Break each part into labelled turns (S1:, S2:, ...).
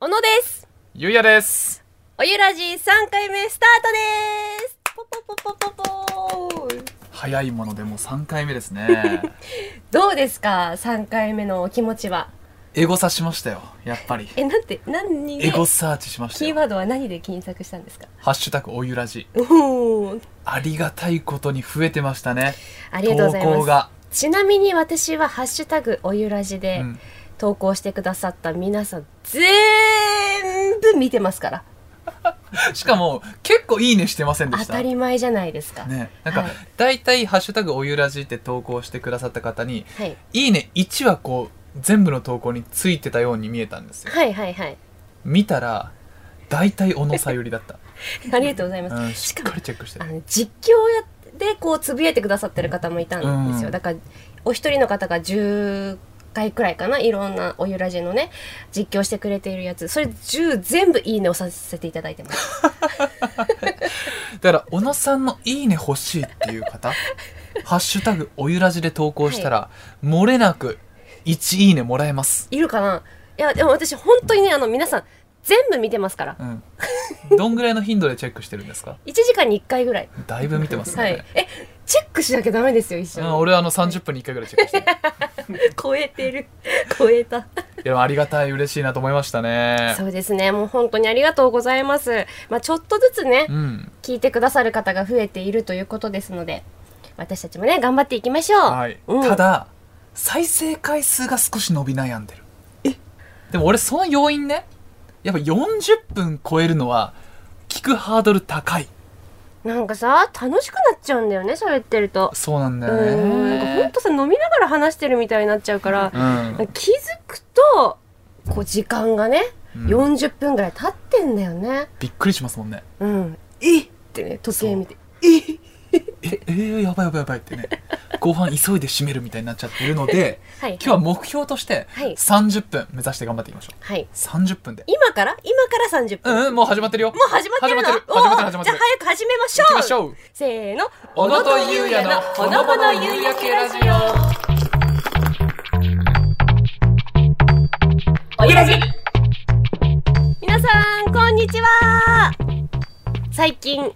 S1: 小野です
S2: ゆうやです。
S1: おゆらじ三回目スタートですポポポポポポー
S2: 早いものでもう3回目ですね。
S1: どうですか三回目のお気持ちは
S2: エゴサしましたよ、やっぱり。
S1: え、なんて何で
S2: エゴサーチしました
S1: キー
S2: よ。
S1: ワードは何で検索したんですか
S2: ハッシュタグおゆらじ。
S1: おー
S2: ありがたいことに増えてましたね。
S1: ありがとうござい
S2: 投稿
S1: ます
S2: が。
S1: ちなみに私はハッシュタグおゆらじ
S2: う
S1: で
S2: ん
S1: 投稿してくださった皆さん全部見てますから
S2: しかも、結構いいねしてませんで
S1: 当
S2: した
S1: た。り前じゃないですか、
S2: ね、なんか
S1: はい、
S2: 大体、ハッシュタグおゆらじって投稿してくださった方に、
S1: はい、
S2: いいね1はこう、全部の投稿についてたように見えたんですよ。
S1: はいはいはい
S2: 見たら、大体小野さゆりだった。
S1: ありがとうございます、
S2: うん、
S1: し
S2: し
S1: か
S2: っ
S1: も
S2: かりチェックして
S1: あ
S2: る。
S1: の実況でこうつぶやいてくださってる方もいたんですよ、
S2: うん
S1: だからお一人の方が10回くらいかないろんなおゆらじのね実況してくれているやつそれ10全部いいねをさせていただいてます
S2: だから小野さんの「いいね」欲しいっていう 方「ハッシュタグおゆらじ」で投稿したら、漏れなく1いいねもらえます、
S1: いるかないやでも私本当にねあの皆さん全部見てますから
S2: うん、どんぐらいの頻度でチェックしてるんですか
S1: 1時間に1回ぐらい、
S2: だいぶ見てますね、
S1: はいえチェックしなきゃダメですよ一
S2: う
S1: 緒
S2: ん、俺はあの30分に1回ぐらいチェックして る
S1: に超えてる超えた
S2: いやありがたい嬉しいなと思いましたね
S1: そうですねもう本当にありがとうございますまあちょっとずつね
S2: うん
S1: 聞いてくださる方が増えているということですので私たちもね頑張っていきましょう、
S2: はい、
S1: うん
S2: ただ再生回数が少し伸び悩んでるでも俺その要因ねやっぱ40分超えるのは聞くハードル高い
S1: なんかさ楽しくなっちゃうんだよね喋ってると
S2: そうなんだ
S1: う
S2: よ
S1: んなんかほん
S2: ね
S1: とさ飲みながら話してるみたいになっちゃうから、
S2: うん
S1: 気づくとこう時間がね、
S2: うん
S1: 40分ぐらい経ってんだよね
S2: びっくりしますもんね
S1: うんえっってね時計見て
S2: ええー、やばいやばいやばいってね後半急いで締めるみたいになっちゃってるので
S1: はい
S2: 今日は目標として
S1: はい
S2: 30分目指して頑張っていきましょう
S1: はい
S2: 30分で
S1: 今から今から30
S2: う
S1: 分、
S2: んうんもう始まってるよ
S1: もう始まってるの
S2: 始まってる
S1: おー
S2: 始まってる始まっ
S1: じ
S2: てる
S1: ゃあ早く始めましょ
S2: 行き
S1: う
S2: ましょう
S1: せーの
S2: 小野とゆうやのほのぼの夕焼けラジ
S1: オおゆらじ皆さんこんにちは最近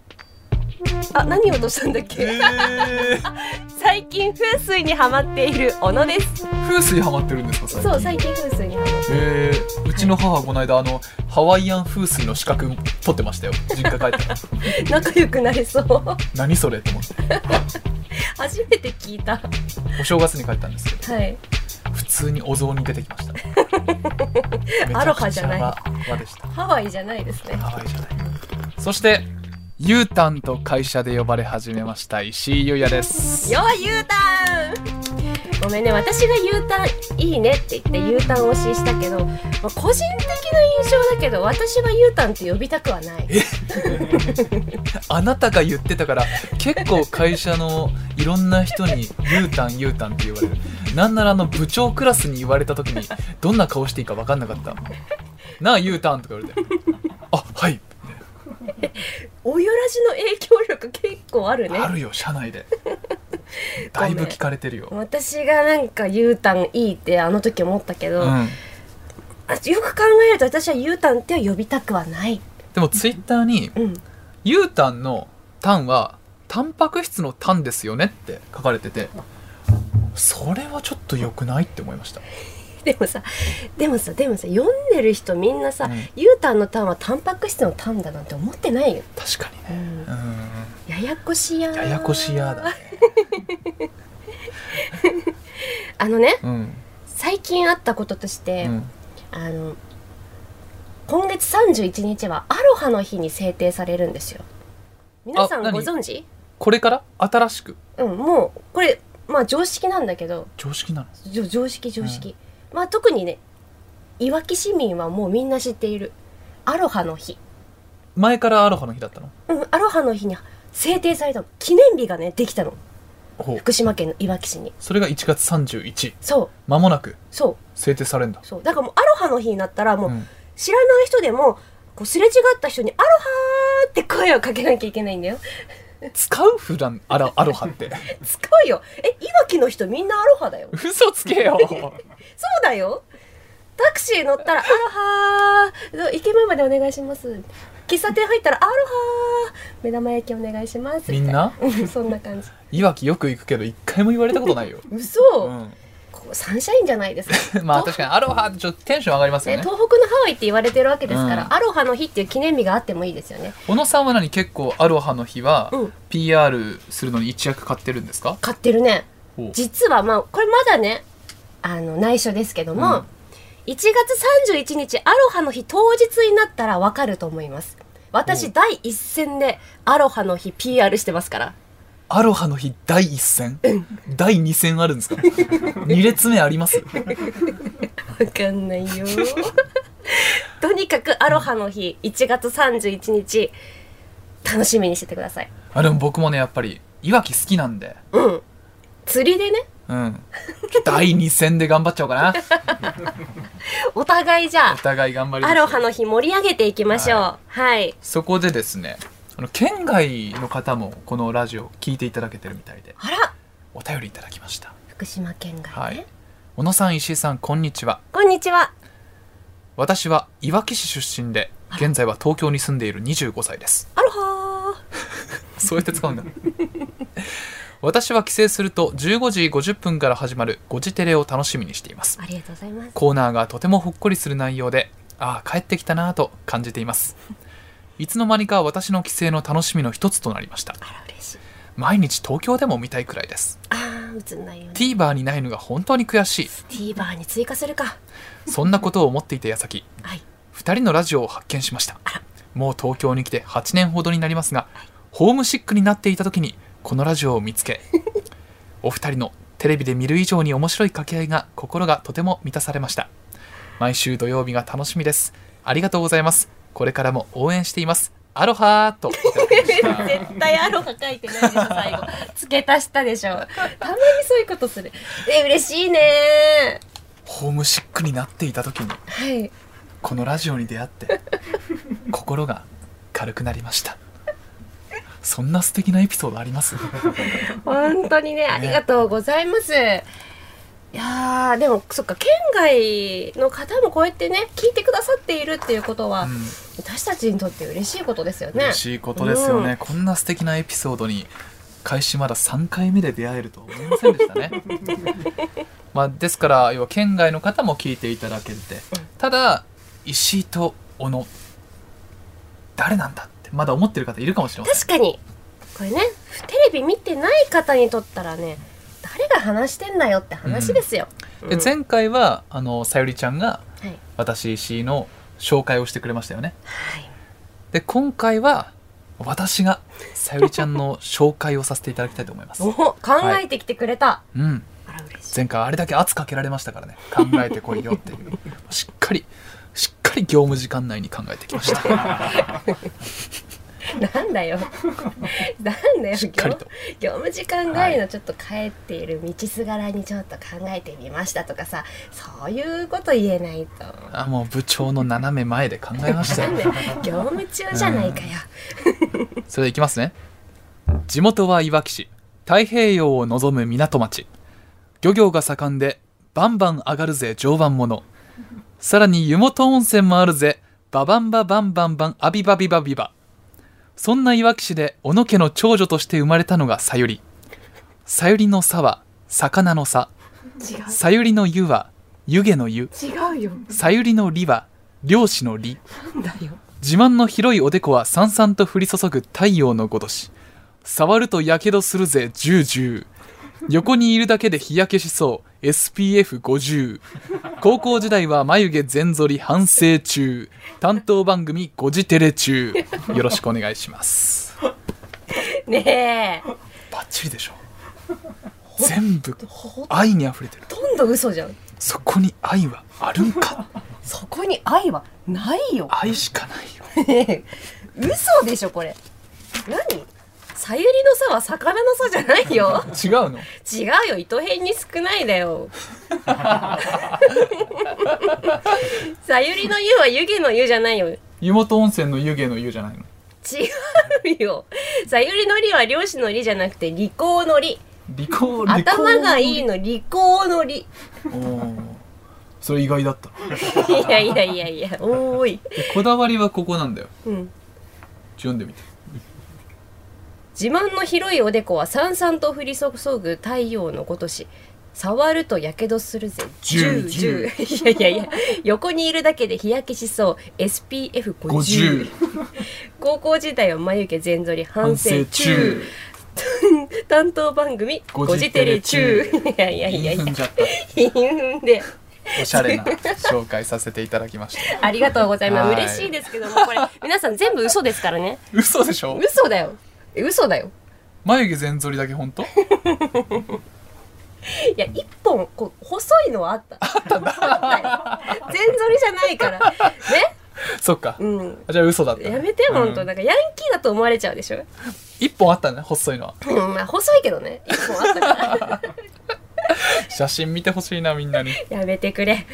S1: あ何を落としたんだっけ
S2: えー、
S1: 最近風水にハマっている小野です
S2: 風水ハマってるんですか最近
S1: そう最近風水にハマって
S2: えー、うちの母はこの間あのハワイアン風水の資格取ってましたよ実家帰ったら
S1: 仲良くなれそう
S2: 何それって思って
S1: 初めて聞いた
S2: お正月に帰ったんですけど
S1: はい
S2: 普通にお雑煮出て きましためちゃくち
S1: アロハじゃない
S2: 和和でした
S1: ハワイじゃないですね
S2: ハワイじゃないそしてゆうたんと会社で呼ばれ始めました石井優也です
S1: よー U ターンごめんね私が U ターンいいねって言って U ターン推ししたけど、まあ個人的な印象だけど私は U ターンって呼びたくはない
S2: あなたが言ってたから結構会社のいろんな人に「ゆうたんゆうたん」って言われるなんならあの部長クラスに言われた時にどんな顔していいか分かんなかった「なあゆうたん」とか言われて「あはい
S1: およらじの影響力結構あるね
S2: あるよ社内で」だいぶ聞かれてるよ、
S1: 私がなんか U ターンいいってあの時思ったけど、
S2: う
S1: あ
S2: ん、
S1: よく考えると私は U ターンっては呼びたくはない
S2: でもツイッターに
S1: うん
S2: ゆうたんの「たん」はタンパク質の「たん」ですよねって書かれててそれはちょっと良くないって思いました
S1: でもさでもさでもさ読んでる人みんなさ、
S2: うん
S1: U ターンのターンはタンパク質のターンだなんて思ってないよ、
S2: 確かにね
S1: うん
S2: うん
S1: ややこしやー
S2: ややこしやだね
S1: あのね
S2: うん
S1: 最近あったこととし
S2: う
S1: て、
S2: ん
S1: あの今月31日はアロハの日に制定されるんですよ皆さん
S2: あ
S1: ご
S2: 何
S1: 存知
S2: これから新しく
S1: うんもうこれまあ常識なんだけど
S2: 常識なの
S1: じょ常識常識、まあ特にねいわき市民はもうみんな知っているアロハの日
S2: 前からアロハの日だったの
S1: うんアロハの日に制定されたの記念日がねできたの
S2: ほう
S1: 福島県のいわき市に
S2: それが1月31
S1: そう
S2: 間もなく
S1: そう
S2: 制定されるんだ
S1: そうだからもうアロハの日になったらもう
S2: うん
S1: 知らない人でもこうすれ違った人に「アロハー!」って声をかけなきゃいけないんだ よ
S2: 使う普段アロアロハって
S1: 使うよえいわきの人みんなアロハだよ
S2: 嘘つけよ
S1: そうだよタクシー乗ったら「アロハー」駅前までお願いします喫茶店入ったら「アロハー目玉焼きお願いします」
S2: みんな
S1: みたいなうん そんな感じ
S2: いわきよく行くけど一回も言われたことないよ、
S1: 嘘、
S2: う
S1: ここサンシャインじゃないですか
S2: ん、まあ確かにアロハってちょっとテンション上がりますよ
S1: ね、
S2: ね
S1: 東北のハワイって言われてるわけですから、
S2: うん
S1: アロハの日っていう記念日があってもいいですよね
S2: 小野さんは何結構アロハの日は
S1: うん
S2: PR するのに一役買ってるんですか、
S1: 買ってるね
S2: ほう
S1: 実はまあこれまだねあの内緒ですけども、
S2: うん
S1: 1月31日アロハの日当日になったらわかると思います
S2: お
S1: 私第一線でアロハの日 PR してますから
S2: アロハの日第一戦、第二戦あるん ですか二列目あります
S1: わかんない よとにかくアロハの日1月31日楽しみにしててください
S2: あでも僕もねやっぱりいわき好きなんで
S1: うん釣りでね
S2: うん第二戦で頑張っちゃおうか な
S1: お互いじゃ
S2: お
S1: あ
S2: 互い頑張りま
S1: ア
S2: しょ
S1: ロ
S2: う
S1: ハの日盛り上げていきましょうはい、
S2: そこでですねあの県外の方もこのラジオ聞いていただけてるみたいで
S1: あら
S2: お便りいただきました
S1: 福島県外ね、
S2: はい小野さん石井さんこんにちは
S1: こんにちは
S2: 私はいわき市出身で現在は東京に住んでいる25歳です
S1: アロハ
S2: そうやって使うんだ 私は帰省すると15時50分から始まる「ゴジテレ」を楽しみにしています
S1: ーありがとうございます
S2: コーナーがとてもほっこりする内容でああ帰ってきたなぁと感じていますいつの間にか私の帰省の楽しみの一つとなりました
S1: あら嬉しい
S2: 毎日東京でも見たいくらいです
S1: あー映んないよね
S2: TVer にないのが本当に悔し
S1: TVer に追加するか
S2: いそんなことを思っていた矢先
S1: はい
S2: 2人のラジオを発見しました
S1: あら
S2: もう東京に来て8年ほどになりますがホームシックになっていた時にこのラジオを見つけお二人のテレビで見る以上に面白い掛け合いが心がとても満たされました毎週土曜日が楽しみですありがとうございますこれからも応援していますアロハーといただきまし
S1: 絶
S2: た
S1: 対アロハ書いてないでしょ最 後付け足したでしょたまにそういうことするえ嬉しいね
S2: ホームシックになっていた時に
S1: はい
S2: このラジオに出会って心が軽くなりましたそんな素敵なエピソードあります
S1: 本当にねありがとうございますいやーでもそっか県外の方もこうやってね聞いてくださっているっていうことは、
S2: う
S1: 私たちにとって嬉しいことですよ
S2: ん、
S1: ね
S2: 嬉しいことですよね、
S1: うん
S2: こんな素敵なエピソードに開始まだ3回目で出会えるとは思いませんでしたね まあですから要は県外の方も聞いていただけてただ石井と小野誰なんだってまだ思ってる方いるかもしれません
S1: 確かにこれねテレビ見てない方にとったらね誰が話してんだよって話ですよ、うん
S2: で前回はあのさゆりちゃんが
S1: はい、
S2: 私石井の紹介をしてくれましたよね
S1: はい、
S2: で今回は私がさゆりちゃんの紹介をさせていただきたいと思います
S1: お考えてきてくれた、
S2: うん
S1: あら嬉しい
S2: 前回あれだけ圧かけられましたからね考えてこいよっていうしっかりしっかり業務時間内に考えてきました
S1: なんだ よなんだよ
S2: しっかりと
S1: 業務時間外のちょっと帰っている道すがらにちょっと考えてみましたとかさそういうこと言えないと
S2: あもう部長の斜め前で考えまし
S1: な
S2: た
S1: ん
S2: よ
S1: だよ業務中じゃないかよ、
S2: それでいきますね地元はいわき市太平洋を望む港町漁業が盛んでバンバン上がるぜ常磐ものさらに湯本温泉もあるぜババンババンバンバンアビバビバビバそんないわき市で小野家の長女として生まれたのがさゆりさゆりの「さ」は魚の「さ」さゆりの湯は湯気の湯
S1: 違う違うよ
S2: さゆりのりは漁師のり
S1: なんだよ
S2: 自慢の広いおでこはさんさんと降り注ぐ太陽のごとし触るとやけどするぜジュージュー横にいるだけで日焼けしそう SPF50 高校時代は眉毛全剃り反省中担当番組「ゴジテレ中」よろしくお願いします
S1: ね
S2: バッチリでしょ全部
S1: えほ
S2: 愛にあふれてる
S1: とんど嘘じゃん
S2: そこに愛はあるんか
S1: そこに愛はないよ。
S2: 愛しかないよ
S1: 嘘でしょ、これ。何さゆりのさは魚のさじゃないよ。
S2: 違うの
S1: 違うよ、糸編に少ないだよ。 さゆりの湯は湯気の湯じゃないよ。違
S2: 湯本温泉の湯気の湯じゃないの
S1: うよ。さゆりのりは漁師のりじゃなくて利口のり。
S2: 利口利口
S1: 頭がいいの利口のり。
S2: おーそれ意外だった
S1: いやいやいやいやおーい、
S2: でこだわりはここなんだよ
S1: うん、
S2: ちょ読んでみて
S1: 自慢の広いおでこはさんさんと降り注ぐ太陽のごとし触るとやけどするぜ
S2: ジュー
S1: 10 10いやいやいや横にいるだけで日焼けしそう SPF50
S2: 50
S1: 高校時代は眉毛全剃り反
S2: 反
S1: 省
S2: 省
S1: 中
S2: 中
S1: 担当番組「
S2: ゴ
S1: ゴジ
S2: ジ
S1: テ
S2: テ
S1: レ
S2: レ
S1: 中
S2: 中」
S1: いやいやいやいや
S2: 言い踏んじゃった
S1: 貧奮で
S2: おしゃ れな紹介させていただきました
S1: ありがとうございます
S2: はい
S1: 嬉しいですけどもこれ皆さん全部嘘ですからね
S2: 嘘でしょ
S1: 嘘だよ嘘だよ
S2: 眉毛全剃りだけ本当
S1: いや一本こう細いのはあったあったよ 全剃りじゃないからね
S2: そっか
S1: うん
S2: あじゃあ嘘だったね
S1: やめて本当、
S2: うん
S1: なんかヤンキーだと思われちゃうでしょ、
S2: 一本あったね細いのは
S1: うん、まあ細いけどね一本あったから
S2: 写真見てほしいなみんなに
S1: やめてくれ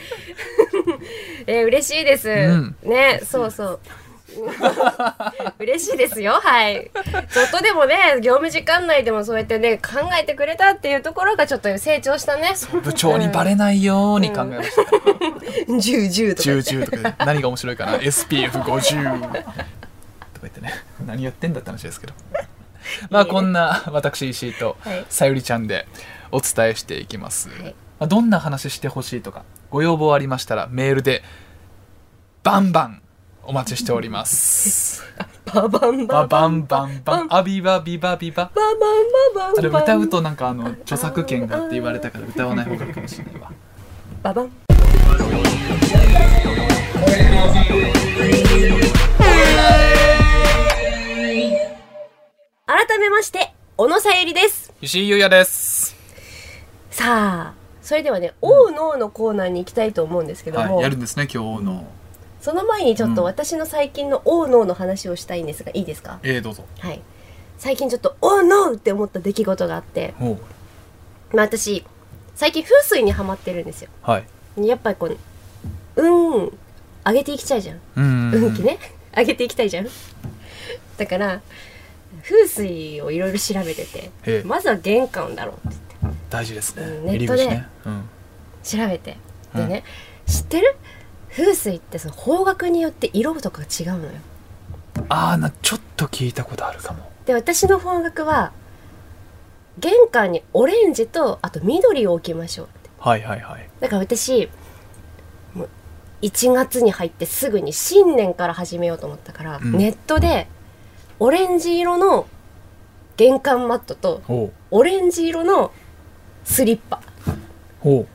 S1: え嬉しいです、
S2: ん
S1: ねそうそう 嬉しいですよはいちょっとでもね業務時間内でもそうやってね考えてくれたっていうところがちょっと成長したね
S2: 部長 にバレないように考えました
S1: 1010とか言って
S2: 1010とかで何が面白 いかな SPF50 とか言ってね何やってんだって話ですけどまあこんな私石井と
S1: はい
S2: さゆりちゃんでお伝えしていきます、
S1: はい
S2: まあどんな話してほしいとかご要望ありましたらメールでバンバンお待ちしてお ります。
S1: ババンバ
S2: バ
S1: ンバン
S2: バンバンバン、アビバビバビバ。
S1: バンバンバンバン
S2: それ歌うとなんかあの著作権がって言われたから歌わない方がいいかもしれないわ。
S1: ババン改めまして小野さゆりです
S2: 石井優也です。
S1: さあそれではね「おうのう」のコーナーに行きたいと思うんですけども、
S2: はい、やるんですね今日の。
S1: その前にちょっと
S2: うん
S1: 私の最近の「おうのう」の話をしたいんですがいいですか
S2: えー、どうぞ。
S1: はい最近ちょっと「おうのう」って思った出来事があって、
S2: おう
S1: まあ、私最近風水にはまってるんですよ
S2: はい。
S1: やっぱりこう運上げていきたいじゃん
S2: うん
S1: 運気ね上げていきたいじゃんだから風水をいろいろ調べて
S2: え
S1: て
S2: え
S1: まずは玄関だろうって
S2: 大事ですね
S1: うん。ネ
S2: 入
S1: ッ
S2: り
S1: トで
S2: 口ね。うん。
S1: 調べてでね、知ってる風水ってその方角によって色とか違うのよ
S2: ああなちょっと聞いたことあるかも。
S1: で私の方角は玄関にオレンジとあと緑を置きましょうって
S2: はいはいはい。
S1: だから私もう1月に入ってすぐに新年から始めようと思ったから、
S2: うん
S1: ネットでオレンジ色の玄関マットと
S2: おう
S1: オレンジ色のスリッパ
S2: おう。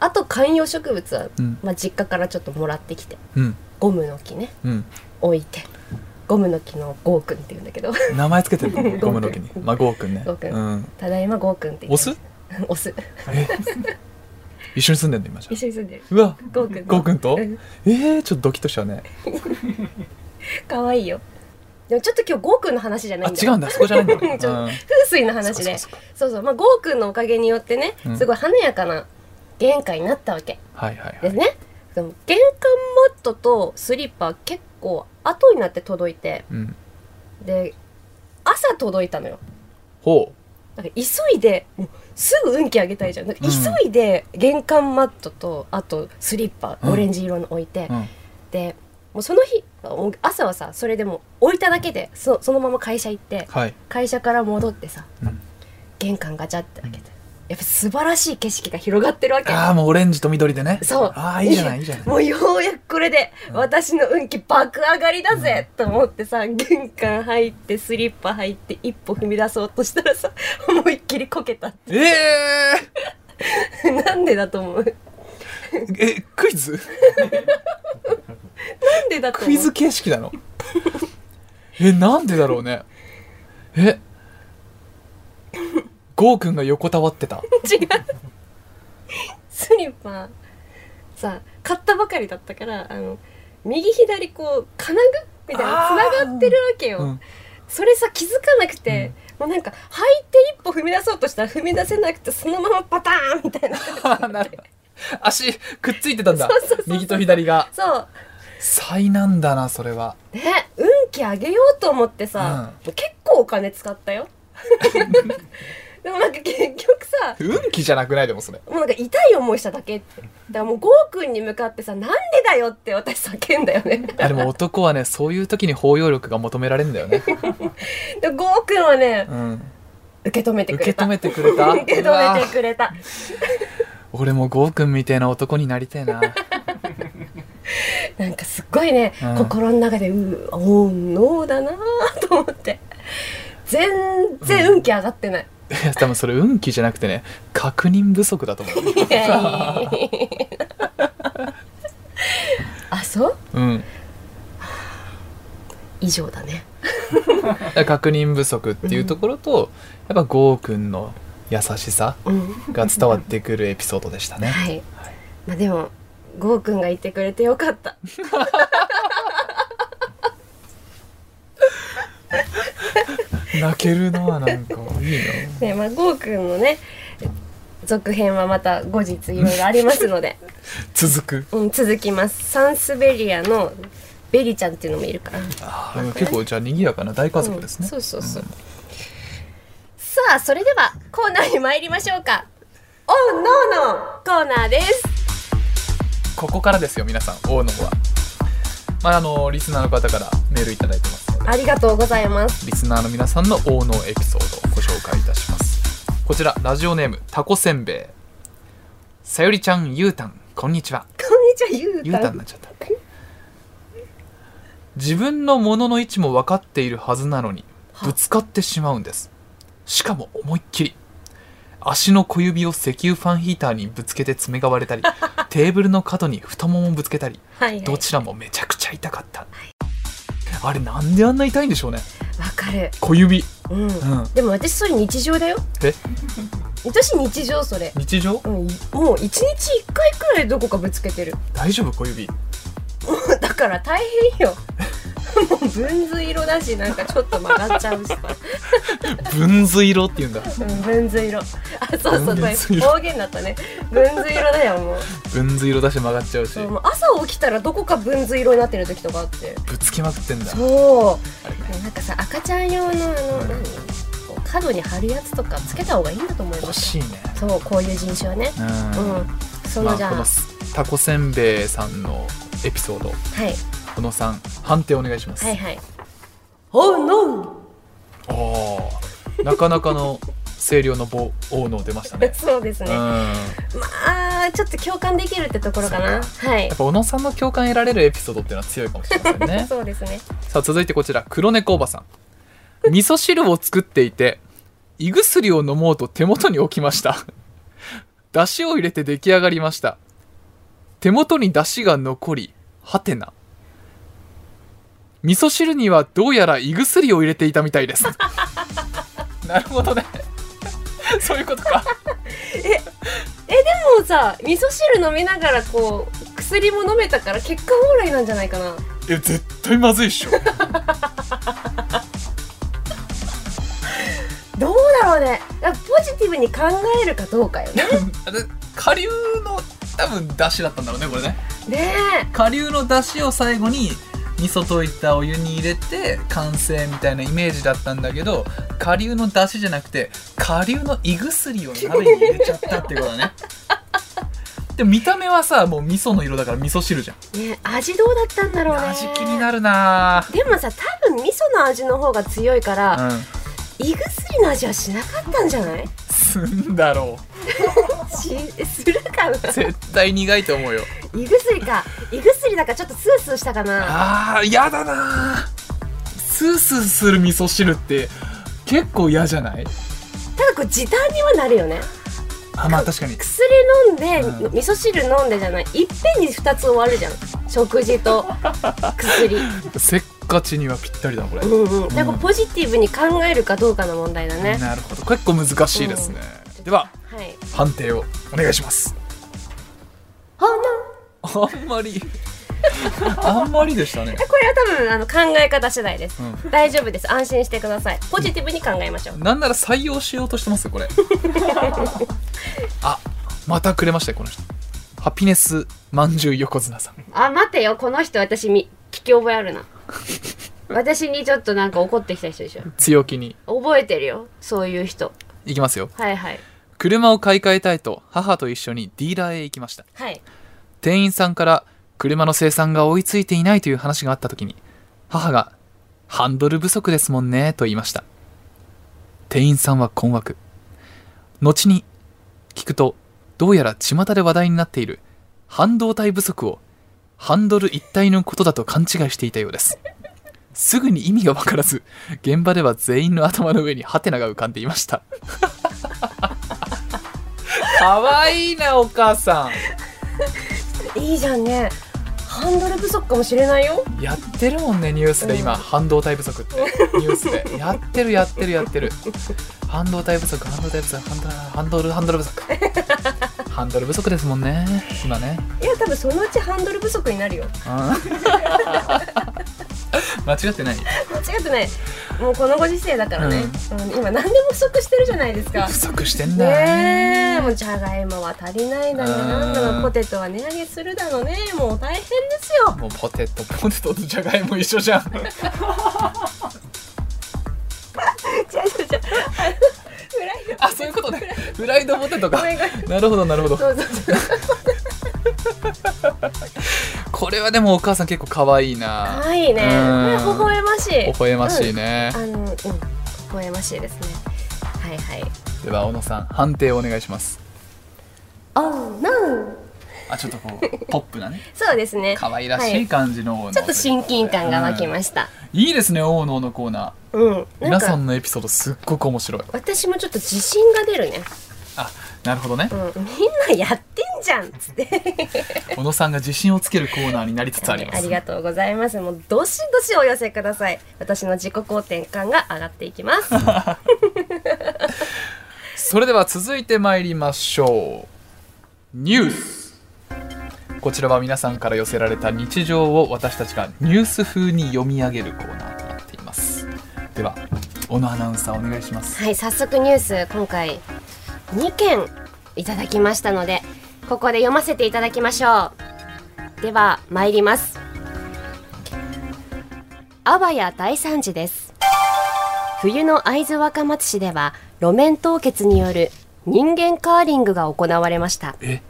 S1: あと観葉植物は、
S2: うん
S1: まあ、実家からちょっともらってきて
S2: うん
S1: ゴムの木ね
S2: うん。
S1: 置いてゴムの木のゴーくんって言うんだけど
S2: 名前つけてんのゴムの木に。まあゴーくんね。
S1: ゴーくん
S2: うん。
S1: ただいまゴーくんって言
S2: オ
S1: って
S2: ス？
S1: オス
S2: え一緒に住んでんの今じゃ
S1: 一緒に住んでる
S2: あ。うわ。
S1: ゴーくん
S2: ゴーくんと
S1: うん
S2: えー、ちょっとドキッとしたね。
S1: かわいいよでもちょっと今日ゴーくんの話じゃな
S2: あ
S1: いんだ
S2: 違
S1: よ
S2: うんだそこじゃないんだ。う
S1: うんちょ
S2: ん。
S1: 風水の話で
S2: そっかそっか
S1: そうそうまあゴーくんのおかげによってね
S2: うん
S1: すごい華やかな玄関になったわけ
S2: はいはいは
S1: で
S2: い。
S1: すね、でも玄関マットとスリッパ結構後になって届いて
S2: うん。
S1: で朝届いたのよ
S2: ほ
S1: なんか急いでもうすぐ運気上げたいじゃんなんか急いで玄関マットとあとスリッパ、
S2: うん
S1: オレンジ色の置いて、
S2: う。うん。
S1: でもうその日もう朝はさそれでもう置いただけでそそのまま会社行って
S2: はい。
S1: 会社から戻ってさ
S2: うん
S1: 玄関ガチャって開けてやっぱ素晴らしい景色が広がってるわけ
S2: ああもうオレンジと緑でね。
S1: そう
S2: ああいいじゃないいいじゃない。
S1: もうようやくこれで
S2: うん
S1: 私の運気爆上がりだぜ、と思ってさ玄関入ってスリッパ入って一歩踏み出そうとしたらさ 思いっきりこけた
S2: ええー。
S1: なんでだと思う
S2: えクイズ
S1: なんでだと思う
S2: クイズ形式なの えなんでだろうねえゴーくんが横たわってた
S1: 違うスリッパさ買ったばかりだったからあの右左こう金具みたいな
S2: あー
S1: つながってるわけよ、
S2: うん
S1: それさ気づかなくて、もうなんか履いて一歩踏み出そうとしたら踏み出せなくてそのままパターンみ たいな
S2: あなる足くっついてたんだ
S1: そうそうそうそう
S2: 右と左が
S1: そう
S2: 災難だなそれは
S1: ね運 気上げようと思ってさ、結構お金使ったよでもなんか結局さ
S2: 運気じゃなくないでもそれ
S1: もうなんか痛い思いしただけってだからもうゴーくんに向かってさなんでだよって私叫んだよね
S2: あでも男はねそういう時に包容力が求められるんだよね、
S1: でゴーくんはね
S2: うん、
S1: 受け止めてく
S2: 受け
S1: れた
S2: 止めてくれた
S1: 受け
S2: うわ
S1: 止めてくれた
S2: 俺もゴーくんみたいな男になりたいな
S1: なんかすっごいね、
S2: うん
S1: 心の中でうーおーノーだなーと思って全然運気上がってない、
S2: いや多分それ運気じゃなくてね確認不足だと思う
S1: いやいい あそう
S2: うん
S1: 以上だね
S2: 確認不足っていうところと、やっぱゴーくんの優しさ
S1: うん
S2: が伝わってくるエピソードでしたね
S1: はいまあでもゴーくんがいてくれてよかった
S2: 泣けるのはなんかいい
S1: ねまあゴーくんのね続編はまた後日いろいろありますの で、
S2: な続く
S1: うん、続きますサンスベリアのベリちゃんっていうのもいるから
S2: あー結構じゃあ賑やかな大家族ですね、
S1: うんそうそうそう、さあそれではコーナーに参りましょうか「オンノーのコーナーです
S2: ここからですよ皆さん王の方はまああのリスナーの方からメールいただいてますので
S1: ありがとうございます
S2: リスナーの皆さんの王のエピソードをご紹介いたしますこちらラジオネームたこせんべいさよりちゃんゆうたんこんにちは
S1: こんにちはゆう
S2: ゆうた
S1: た
S2: んに
S1: ん
S2: なっちゃった 自分の物の位置も分かっているはずなのにぶつかってしまうんですしかも思いっきり足の小指を石油ファンヒーターにぶつけて爪が割 れたりテーブルの角に太ももをぶつけたり
S1: はいはい
S2: どちらもめちゃくちゃ痛かったあれなんであんな痛いんでしょうね
S1: わかる
S2: 小指
S1: うん、
S2: ん
S1: でも私それ日常だよ
S2: え
S1: 私日常それ
S2: 日常
S1: うん、もう一日一回くらいどこかぶつけてる
S2: 大丈夫小指
S1: だから大変よもう分図色だしなんかちょっと曲がっちゃうし
S2: 分図色って言うんだ
S1: うん、分図色あそうそう
S2: 分
S1: そ
S2: 図
S1: れ
S2: 色
S1: 方言だったね分図色だよも う
S2: 分図色だし曲がっちゃうし
S1: そうもう朝起きたらどこか分図色になってる時とかあって
S2: ぶつけまくってんだ
S1: そうなんかさ赤ちゃん用のあの何こう角に貼るやつとかつけた方がいいんだと思いま
S2: 惜
S1: す
S2: しいね
S1: そうこういう人種はねうんそ
S2: ま
S1: の
S2: あ、
S1: じゃあ、
S2: このタコせんべいさんのエピソード
S1: はい
S2: 小野さん判定お願いします、
S1: はいはい Oh no!
S2: おーなかなかの声量の棒王の出 ましたね
S1: そうです
S2: うん
S1: ね、ま
S2: や
S1: あちょっと共感できるってところかなはい
S2: っぱ小野さんの共感得られるエピソードっていうのは強いかもしれませんね
S1: そうですね
S2: さあ続いてこちら黒猫おばさん味噌汁を作っていて胃薬を飲もうと手元に置きました出汁を入れて出来上がりました手元に出汁が残りはてな味噌汁にはどうやら胃薬を入れていたみたいです なるほどねそういうことか
S1: もうさ味噌汁飲みながらこう薬も飲めたから結果オーライなんじゃないかな
S2: え絶対まずいっ しょ
S1: どうだろうねあポジティブに考えるかどうかよね
S2: 下流の多分出汁だったんだろうねこれね
S1: ね
S2: 顆粒の出汁を最後に味噌溶いたお湯に入れて完成みたいなイメージだったんだけど顆粒の出汁じゃなくて顆粒の胃薬を鍋に入れちゃったってこ とだねでも見た目はさもう味噌の色だから味噌汁じゃん
S1: えねえ味どうだったんだろうね
S2: 味気になるな
S1: でもさ多分味噌の味の方が強いから、
S2: うん
S1: 胃薬の味はしなかったんじゃない
S2: すんだろ
S1: しするかな
S2: う絶対苦いと思うよ
S1: 胃薬か胃薬だからちょっとスースーしたかな
S2: あーやだなスースーする味噌汁って結構嫌じゃない
S1: ただこう時短にはなるよね
S2: あまあ確 かに
S1: 薬飲んで、
S2: うん
S1: 味噌汁飲んでじゃないいっぺんに2つ終わるじゃん食事と薬
S2: せっかちにはぴったりだなこれ
S1: うんうんだからこ
S2: う
S1: うんポジティブに考えるかどうかの問題だね
S2: なるほど結構難しいですね、では
S1: はい
S2: 判定をお願いします
S1: ほんの
S2: あんまり あんまりでしたね
S1: これは多分あの考え方次第です、
S2: う
S1: 大丈夫です安心してくださいポジティブに考えましょう、
S2: なんなら採用しようとしてますよ これあまたくれましたよこの人ハピネスまんじゅう横綱さん
S3: あ、待てよ、この人私み聞き覚えあるな。私にちょっとなんか怒ってきた人でしょ。
S2: 強気に
S3: 覚えてるよ、そういう人。
S2: いきますよ
S3: はいはい
S2: 車を買い替えたいと母と一緒にディーラーへ行きました
S1: はい
S2: 店員さんから車の生産が追いついていないという話があった時に母が「ハンドル不足ですもんね」と言いました店員さんは困惑後に聞くとどうやら巷で話題になっている半導体不足をハンドル一体のことだと勘違いしていたようですすぐに意味が分からず現場では全員の頭の上にハテナが浮かんでいましたかわいいなお母さん
S1: いいじゃんねハンドル不足かもしれないよ
S2: やってるもんねニュースで今、
S1: うん
S2: 半導体不足って ニュースでやってるやってるやってる半導体不足半導体不足ハンドルハンドルハンドル不足ハンドル不足ですもんね今ね
S1: いや多分そのうちハンドル不足になるよ
S2: うん 間違ってない
S1: 間違ってないもうこのご時世だからね、うん今何でも不足してるじゃないですか
S2: 不足してんだ、
S1: ねえもうじゃがいもは足りないだの
S2: うん
S1: なんだのポテトは値上げするだのねもう大変ですよ
S2: もうポテトポテトとじゃがいも一緒じゃん
S1: 違う違う違うフライド
S2: あそういうことねフライドポテト
S1: ご
S2: か
S1: めんごめん
S2: なるほどなるほど
S1: そうそうそう
S2: これはでもお母さん結構可愛い
S1: 可
S2: な
S1: 愛いねこ
S2: うん
S1: れ微笑ましい
S2: 微笑ましいね、
S1: あのうん微笑ましいですねはいはい
S2: では小野さん判定をお願いします
S1: おうなん
S2: あちょっとこうポップな ね
S1: そうですね
S2: 可愛ら
S1: は
S2: しい感じの、
S1: ちょっと親近感が湧きま
S2: し
S1: した
S2: た、いいですね王ののコーナ
S1: うん、
S2: ー
S1: な
S2: 皆
S1: ん
S2: さ
S1: か
S2: んのエピソードすっごく面白い
S1: 私もちょっと自信が出るね、
S2: あなるほどね
S1: うん、みんなやってんじゃんっつって
S2: 小野さんが自信をつけるコーナーになりつつあります、
S1: ありがとうございます。もうどしどしお寄せください。私の自己肯定感が上がっていきます。は
S2: それでは続いて参りましょうニュースこちらは皆さんから寄せられた日常を私たちがニュース風に読み上げるコーナーとなっていますでは小野アナウンサーお願いします
S1: い、早速ニュース今回2件いただきましたので、ここで読ませていただきましょう。では参ります。あわや大惨事です。冬の会津若松市では路面凍結による人間カーリングが行われました。
S2: え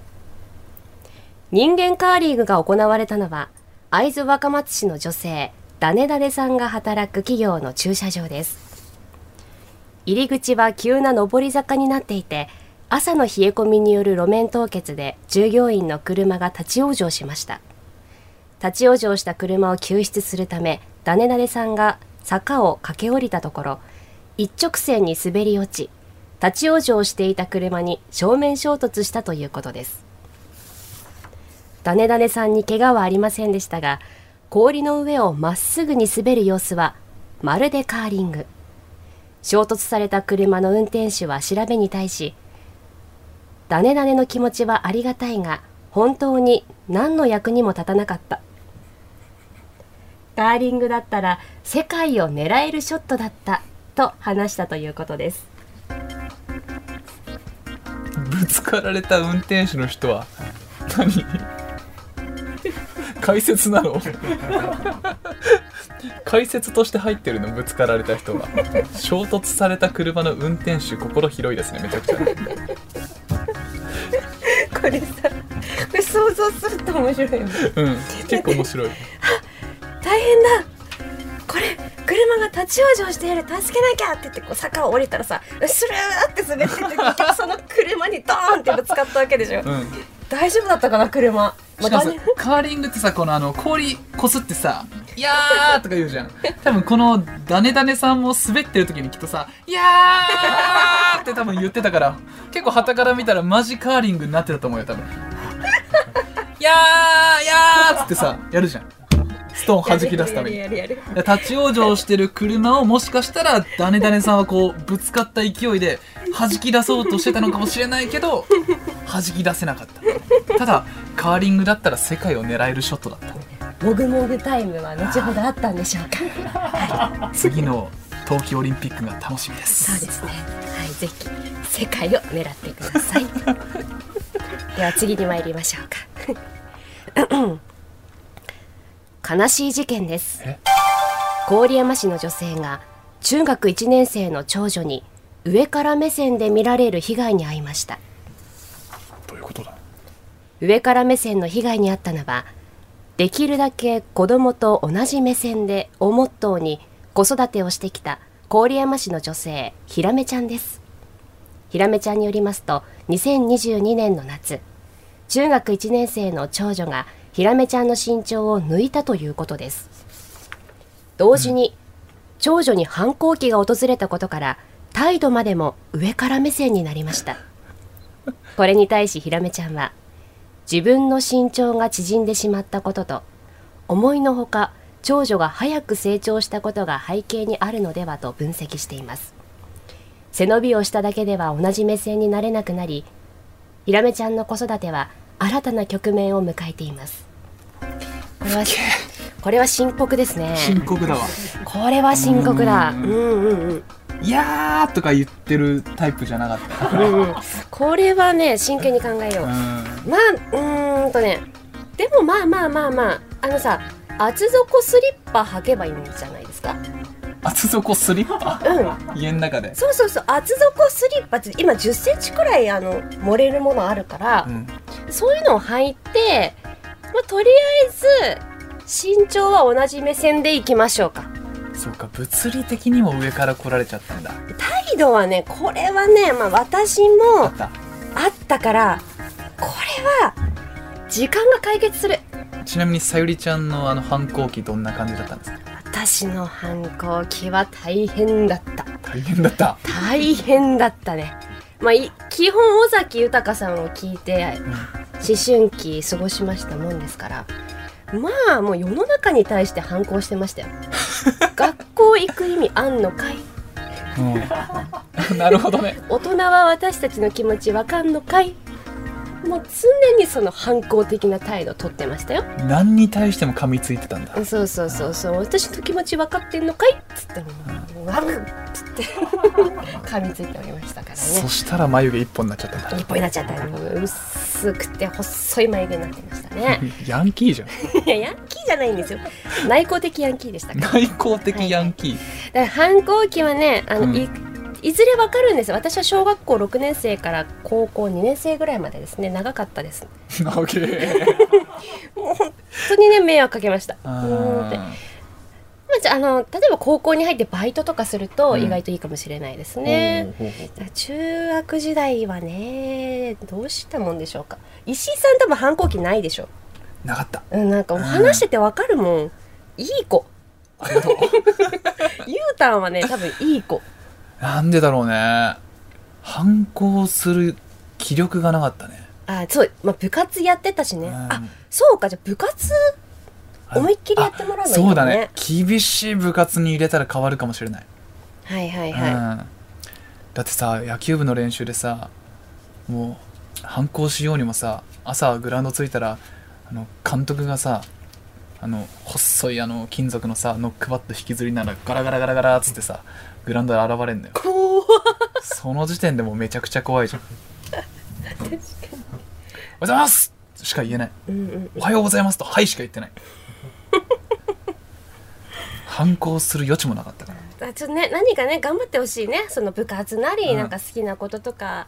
S1: 人間カーリングが行われたのは会津若松市の女性ダネダネさんが働く企業の駐車場です入り口は急な上り坂になっていて朝の冷え込みによる路面凍結で従業員の車が立ち往生しました立ち往生した車を救出するためダネダネさんが坂を駆け下りたところ一直線に滑り落ち立ち往生していた車に正面衝突したということですダネダネさんに怪我はありませんでしたが、氷の上をまっすぐに滑る様子は、まるでカーリング。衝突された車の運転手は調べに対し、ダネダネの気持ちはありがたいが、本当に何の役にも立たなかった。カーリングだったら世界を狙えるショットだったと話したということです。
S2: ぶつかられた運転手の人は何解説なの解説として入ってるのぶつかられた人は衝突された車の運転手心広いですねめちゃくちゃ
S1: これさ、これ想像すると面白いよね。
S2: うん結構面白い
S1: 大変だこれ車が立ち往生している助けなきゃって言ってこう坂を降りたらさスルーって滑ってって結局その車にドーンってぶつかったわけでしょ
S2: うん
S1: 大丈夫だったかな車ま
S2: しか
S1: た
S2: もさ
S1: ね
S2: カーリングってさこのあの氷こすってさ「いやー」とか言うじ ゃん多分このダネダネさんも滑ってる時にきっとさ「いやー」って多分言ってたから結構傍から見たらマジカーリングになってたと思 うよ多分「いやーいやー」っつってさやるじゃんストーン弾き出すために
S1: やるやるやる
S2: 立ち往生してる車をもしかしたらダネダネさんはこうぶつかった勢いで弾き出そうとしてたのかもしれないけど弾き出せなかったただカーリングだったら世界を狙えるショットだった
S1: もぐもぐタイムは後ほどあったんでしょうか
S2: 次の冬季オリンピックが楽しみです
S1: そうですねはいぜひ世界を狙ってくだ さいでは次に参りましょうか 悲しい事件です
S2: え
S1: 郡山市の女性が中学1年生の長女に上から目線で見られる被害に遭いました
S2: どういうことだ
S1: 上から目線の被害に遭ったのはできるだけ子供と同じ目線でをモットーに子育てをしてきた郡山市の女性ひらめちゃんですひらめちゃんによりますと2022年の夏中学1年生の長女がひらめちゃんの身長を抜いたということです同時に、長女に反抗期が訪れたことから態度までも上から目線になりましたこれに対しひらめちゃんは自分の身長が縮んでしまったことと思いのほか長女が早く成長したことが背景にあるのではと分析しています背伸びをしただけでは同じ目線になれなくなりひらめちゃんの子育ては新たな局面を迎えていますこれはこれは深刻ですね
S2: 深刻だわ
S1: これは深刻だ
S2: う
S1: うんんうんうん
S2: 「いやー」とか言ってるタイプじゃなかった
S1: うんうんこれはね真剣に考えよう
S2: う
S1: ま
S2: ん
S1: あうーんとねでもまあまあまあまああのさ厚底スリッパ履けばいいんじゃないですか
S2: 厚底スリッパ
S1: うん
S2: 家の中で
S1: そうそうそう厚底スリッパって今1 0センチくらいあの漏れるものあるから
S2: う、ん
S1: そういうのを履いて、まあ、とりあえず身長は同じ目線でいきましょうか
S2: そうか物理的にも上から来られちゃったんだ
S1: 態度はねこれはね、まあ、私
S2: あ
S1: も
S2: った
S1: あったからこれは時間が解決する
S2: ちなみにさゆりちゃんのあの反抗期どんな感じだったんですか
S1: 私の反抗期は大変だった
S2: 大変だった
S1: 大変だったねまあい基本尾崎豊さんを聞いて思春期過ごしましたもんですからまあもう世の中に対して反抗してましたよ学校行く意味あんのかい
S2: うん なるほどね
S1: 大人は私たちの気持ちわかんのかいもう常にその反抗的な態度をとってましたよ
S2: 何に対しても噛みついてたんだ
S1: そうそうそうそう私の気持ち分かってんのかいっつってもうわぐっつ って噛みついておりましたからね
S2: そしたら眉毛一本になっちゃったんだ
S1: いいぽになっちゃったもう薄くて細い眉毛になってましたね
S2: ヤンキーじゃん
S1: いやヤンキーじゃないんですよ内向的ヤンキーでしたからだか
S2: 外交的ヤンキー
S1: ら反抗期はねあの、
S2: うん
S1: いいずれわかるんですよ私は小学校6年生から高校2年生ぐらいまでですね長かったです
S2: オ ッケー
S1: 本当にね迷惑かけましたうーんってま
S2: あ
S1: あじゃああの例えば高校に入ってバイトとかする
S2: う
S1: と
S2: ん
S1: 意外といいかもしれないです
S2: ー
S1: ね、
S2: ほうほうほう
S1: だから中学時代はねどうしたもんでしょうか石井さん多分反抗期ないでしょ
S2: なかった
S1: うんなんか話しててわかるもんいい子
S2: ありがとう
S1: ゆうたんはね多分いい子
S2: なんでだろうね反抗する気力がなかったね
S1: あそう、まあ、部活やってたしね
S2: うん
S1: あそうかじゃあ部活
S2: あ
S1: 思いっきりやってもらうのいいか
S2: そ
S1: も
S2: うだ
S1: ね
S2: ね厳しい部活に入れたら変わるかもしれない、
S1: はいはいは
S2: うん、だってさ野球部の練習でさもう反抗しようにもさ朝グラウンド着いたらあの監督がさあの細いあの金属のさノックバット引きずりながらガラガラガラガラっつってさグラウンドで現れ んだよ
S1: い怖っ
S2: その時点でもうめちゃくちゃ怖いじゃんおはようございますしか言えない
S1: うんうん
S2: おはようございますと「はい」しか言ってない反抗する余地もなかったから
S1: あちょっとね何かね頑張ってほしいねその部活なり、
S2: うん
S1: なんか好きなこととか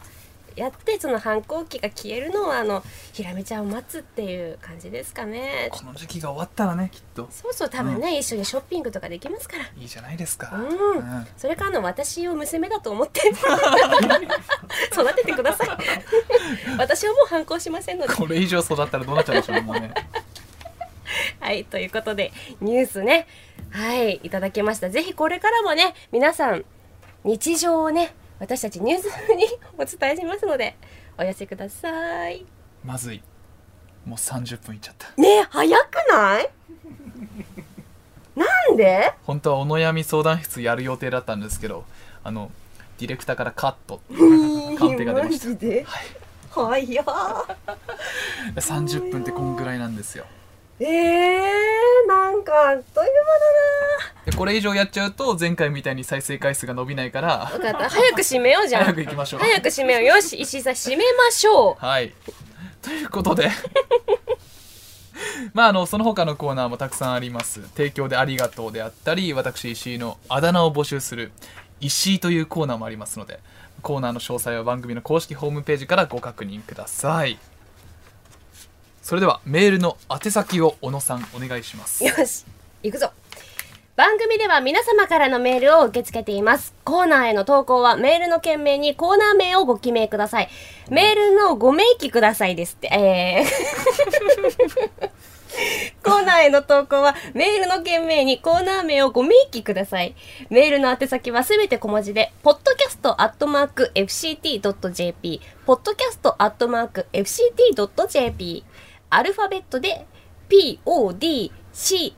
S1: やってその反抗期が消えるのはあのひらめちゃんを待つっていう感じですかね
S2: この時期が終わったらねきっと
S1: そうそう多分ね、一緒にショッピングとかできますから
S2: いいじゃないですか、
S1: うん
S2: うん
S1: それからの私を娘だと思って 育ててくだ さい私はもう反抗しませんので
S2: これ以上育ったらどうなっちゃうんでしょうねもうね
S1: はいということでニュースねはいいただきましたぜひこれからもね皆さん日常をね私たちニュースにお伝えしますのでお寄せください
S2: まずいもう30分いっちゃった
S1: ねえ早くないなんで
S2: 本当はお悩み相談室やる予定だったんですけどあのディレクターからカッ ト鑑定が出ました
S1: マジで
S2: はい
S1: 早っ
S2: 30分ってこんぐらいなんですよ
S1: えー、なんかあっという
S2: でこれ以上やっちゃうと前回みたいに再生回数が伸びないから
S1: 間だな分かった早く締めようじゃん
S2: 早く行きましょう
S1: 早く締めようよし石井さん締めましょ
S2: はい。ということで。 まあ、あのその他のコーナーもたくさんあります提供でありがとうであったり私石井のあだ名を募集する石井というコーナーもありますのでコーナーの詳細は番組の公式ホームページからご確認くださいそれではメールの宛先を小野さんお願いします
S3: よし行くぞ
S1: 番組では皆様からのメールを受け付けています。コーナーへの投稿はメールの件名にコーナー名をご記名ください。メールのご明記くださいですって。えーコーナーへの投稿はメールの件名にコーナー名をご明記ください。メールの宛先はすべて小文字で、podcast.fct.jp、podcast.fct.jp、アルファベットで podcast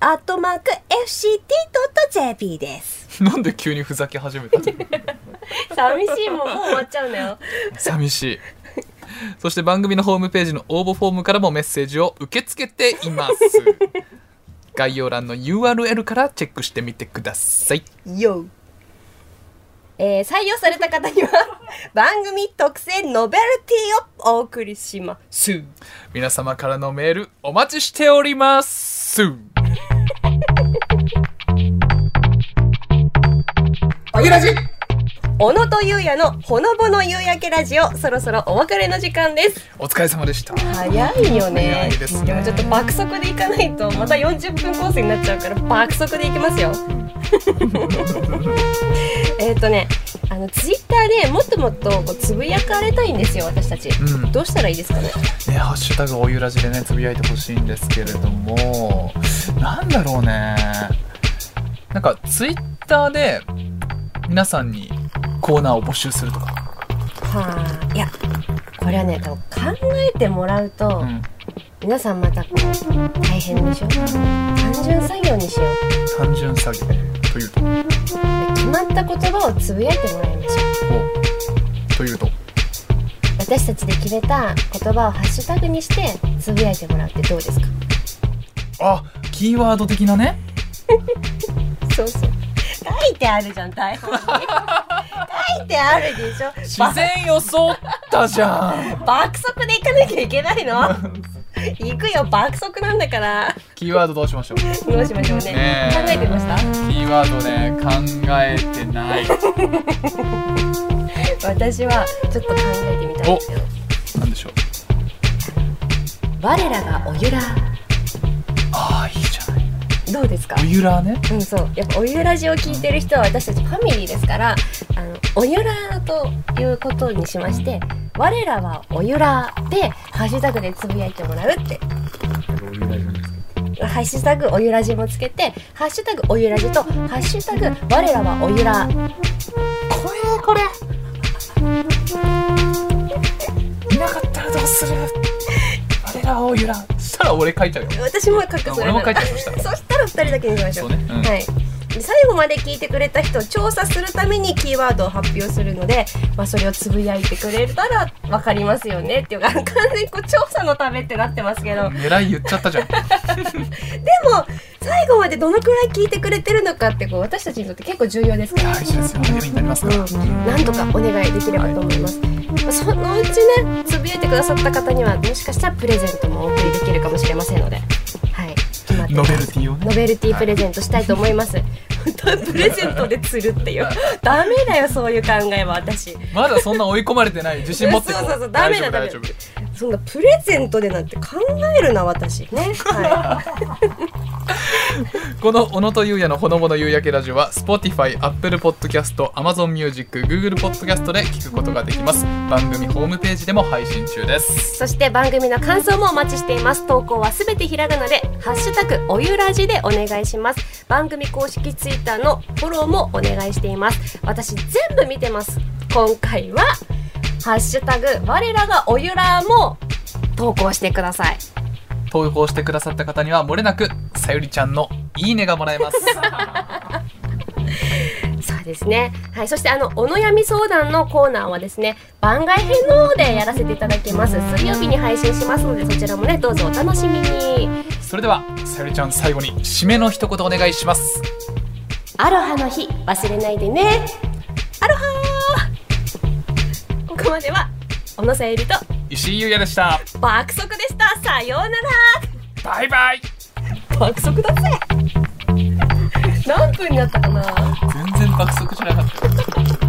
S1: アットマーク fct.jp です。
S2: なんで急にふざけ始めたの
S1: 寂しいもん、もう終わっちゃうのよ。
S2: 寂しいそして番組のホームページの応募フォームからもメッセージを受け付けています概要欄の URL からチェックしてみてください
S1: よえー採用された方に は番組特製ノベルティをお送りします。
S2: 皆様からのメールお待ちしております
S1: あげラジ小野とゆうやのほのぼの夕焼けラジオ、そろそろお別れの時間です。
S2: お疲れ様でした
S1: 早いよね。
S2: 早いですね
S1: でもちょっと爆速で行かないと、また40分コースになっちゃうから、爆速で行きます よ。えっとね、あのツイッターでもっともっとこうつぶやかれたいんですよ、私たち。
S2: ん
S1: どうしたらいいですかね。
S2: ね、ハッシュタグおゆらじでねつぶやいてほしいんですけれどもなんだろうねなんかツイッターで皆さんにコーナーを募集するとか、
S1: はあ、いや、これはね、多分考えてもらうと、
S2: うん、
S1: 皆さんまたこう大変でしょ。単純作業にしよう。
S2: 単純詐欺というと
S1: で決まった言葉をつぶやいてもらいましょう。
S2: おというと
S1: 私たちで決めた言葉をハッシュタグにしてつぶやいてもらうってどうですか
S2: あキーワード的なね
S1: そうそう書いてあるじゃん台 本に書いてあるでしょ
S2: 自然よそったじゃん
S1: ば爆速で行かなきゃいけない の行くよ爆速なんだから
S2: キーワードどうしましょう
S1: どうしましょうね
S2: ねえ
S1: 考えてました
S2: キーワードね考えてない
S1: 私はちょっと考えてみたんですけど
S2: なんでしょう
S1: 我らがおゆら
S2: ああいいじゃない
S1: どうですか
S2: おゆらね
S1: うん、そうやっぱおゆらじを聞いてる人は私たちファミリーですからあのおゆらということにしまして我らはおゆらでハッシュタグでつぶやいてもらうってハッシュタグおゆらじもつけてハッシュタグおゆらじとハッシュタグ我らはおゆら
S2: これこれいなかったらどうする我らをゆらしたら俺書いちゃうよ
S1: 私も書くそれ
S2: 俺も書いちゃうそしたら
S1: そしたら2人だけにしましょ
S2: そううね、う
S1: は
S2: ん
S1: い、で最後まで聞いてくれた人を調査するためにキーワードを発表するので、まあ、それをつぶやいてくれたら分かりますよねっていうか完全にこう調査のためってなってますけどで
S2: 狙い言っちゃったじゃん
S1: も最後までどのくらい聞いてくれてるのかってこう私たちにとって結構重要ですから
S2: 大事ですよ励みになりますから
S1: なんとかお願いできればと思います、まあそのうちねつぶやいてくださった方にはもしかしたらプレゼントもお送りできるかもしれませんのではい決まって
S2: ノ
S1: ます
S2: ベルティをね
S1: ノベルティプレゼントしたいと思います。 本当プレゼントで釣るっていう。ダメだよ、そういう考えは私。
S2: まだそんな追い込まれてない自信持ってこ
S1: そうそうそうダメだ
S2: 大丈
S1: ダメ
S2: 夫大丈
S1: そんなプレゼントでなんて考えるな、私。ね。は
S2: 夫この小野とゆうやのほのぼの夕焼けラジオは Spotify、Apple Podcast、Amazon Music、Google Podcast で聞くことができます番組ホームページでも配信中です
S1: い。 そして番組の感想もお待ちしています。投稿はすべてひらがなで、ハッシュタグ、おゆらじでお願いします。番組公式ツイッターのフォローもお願いしています。私、全部見てます。今回は、ハッシュタグ、我らがおゆらも投稿してください。
S2: 投稿してくださった方にはもれなくさゆりちゃんのいいねがもらえます
S1: そうですね。はい、そしてあのお悩み相談のコーナーはですね、番外編の方でやらせていただきます。水曜日に配信しますので、そちらもね、どうぞお楽しみに。
S2: それではさゆりちゃん最後に締めの一言お願いします
S1: アロハの日、忘れないでね。アロハー。ここまでは小野さゆりと
S2: 石井優也でした
S1: 爆速でした。さような
S2: バイバイ
S1: ら。爆速だぜ。何分になったかな
S2: 全然爆速じゃなかった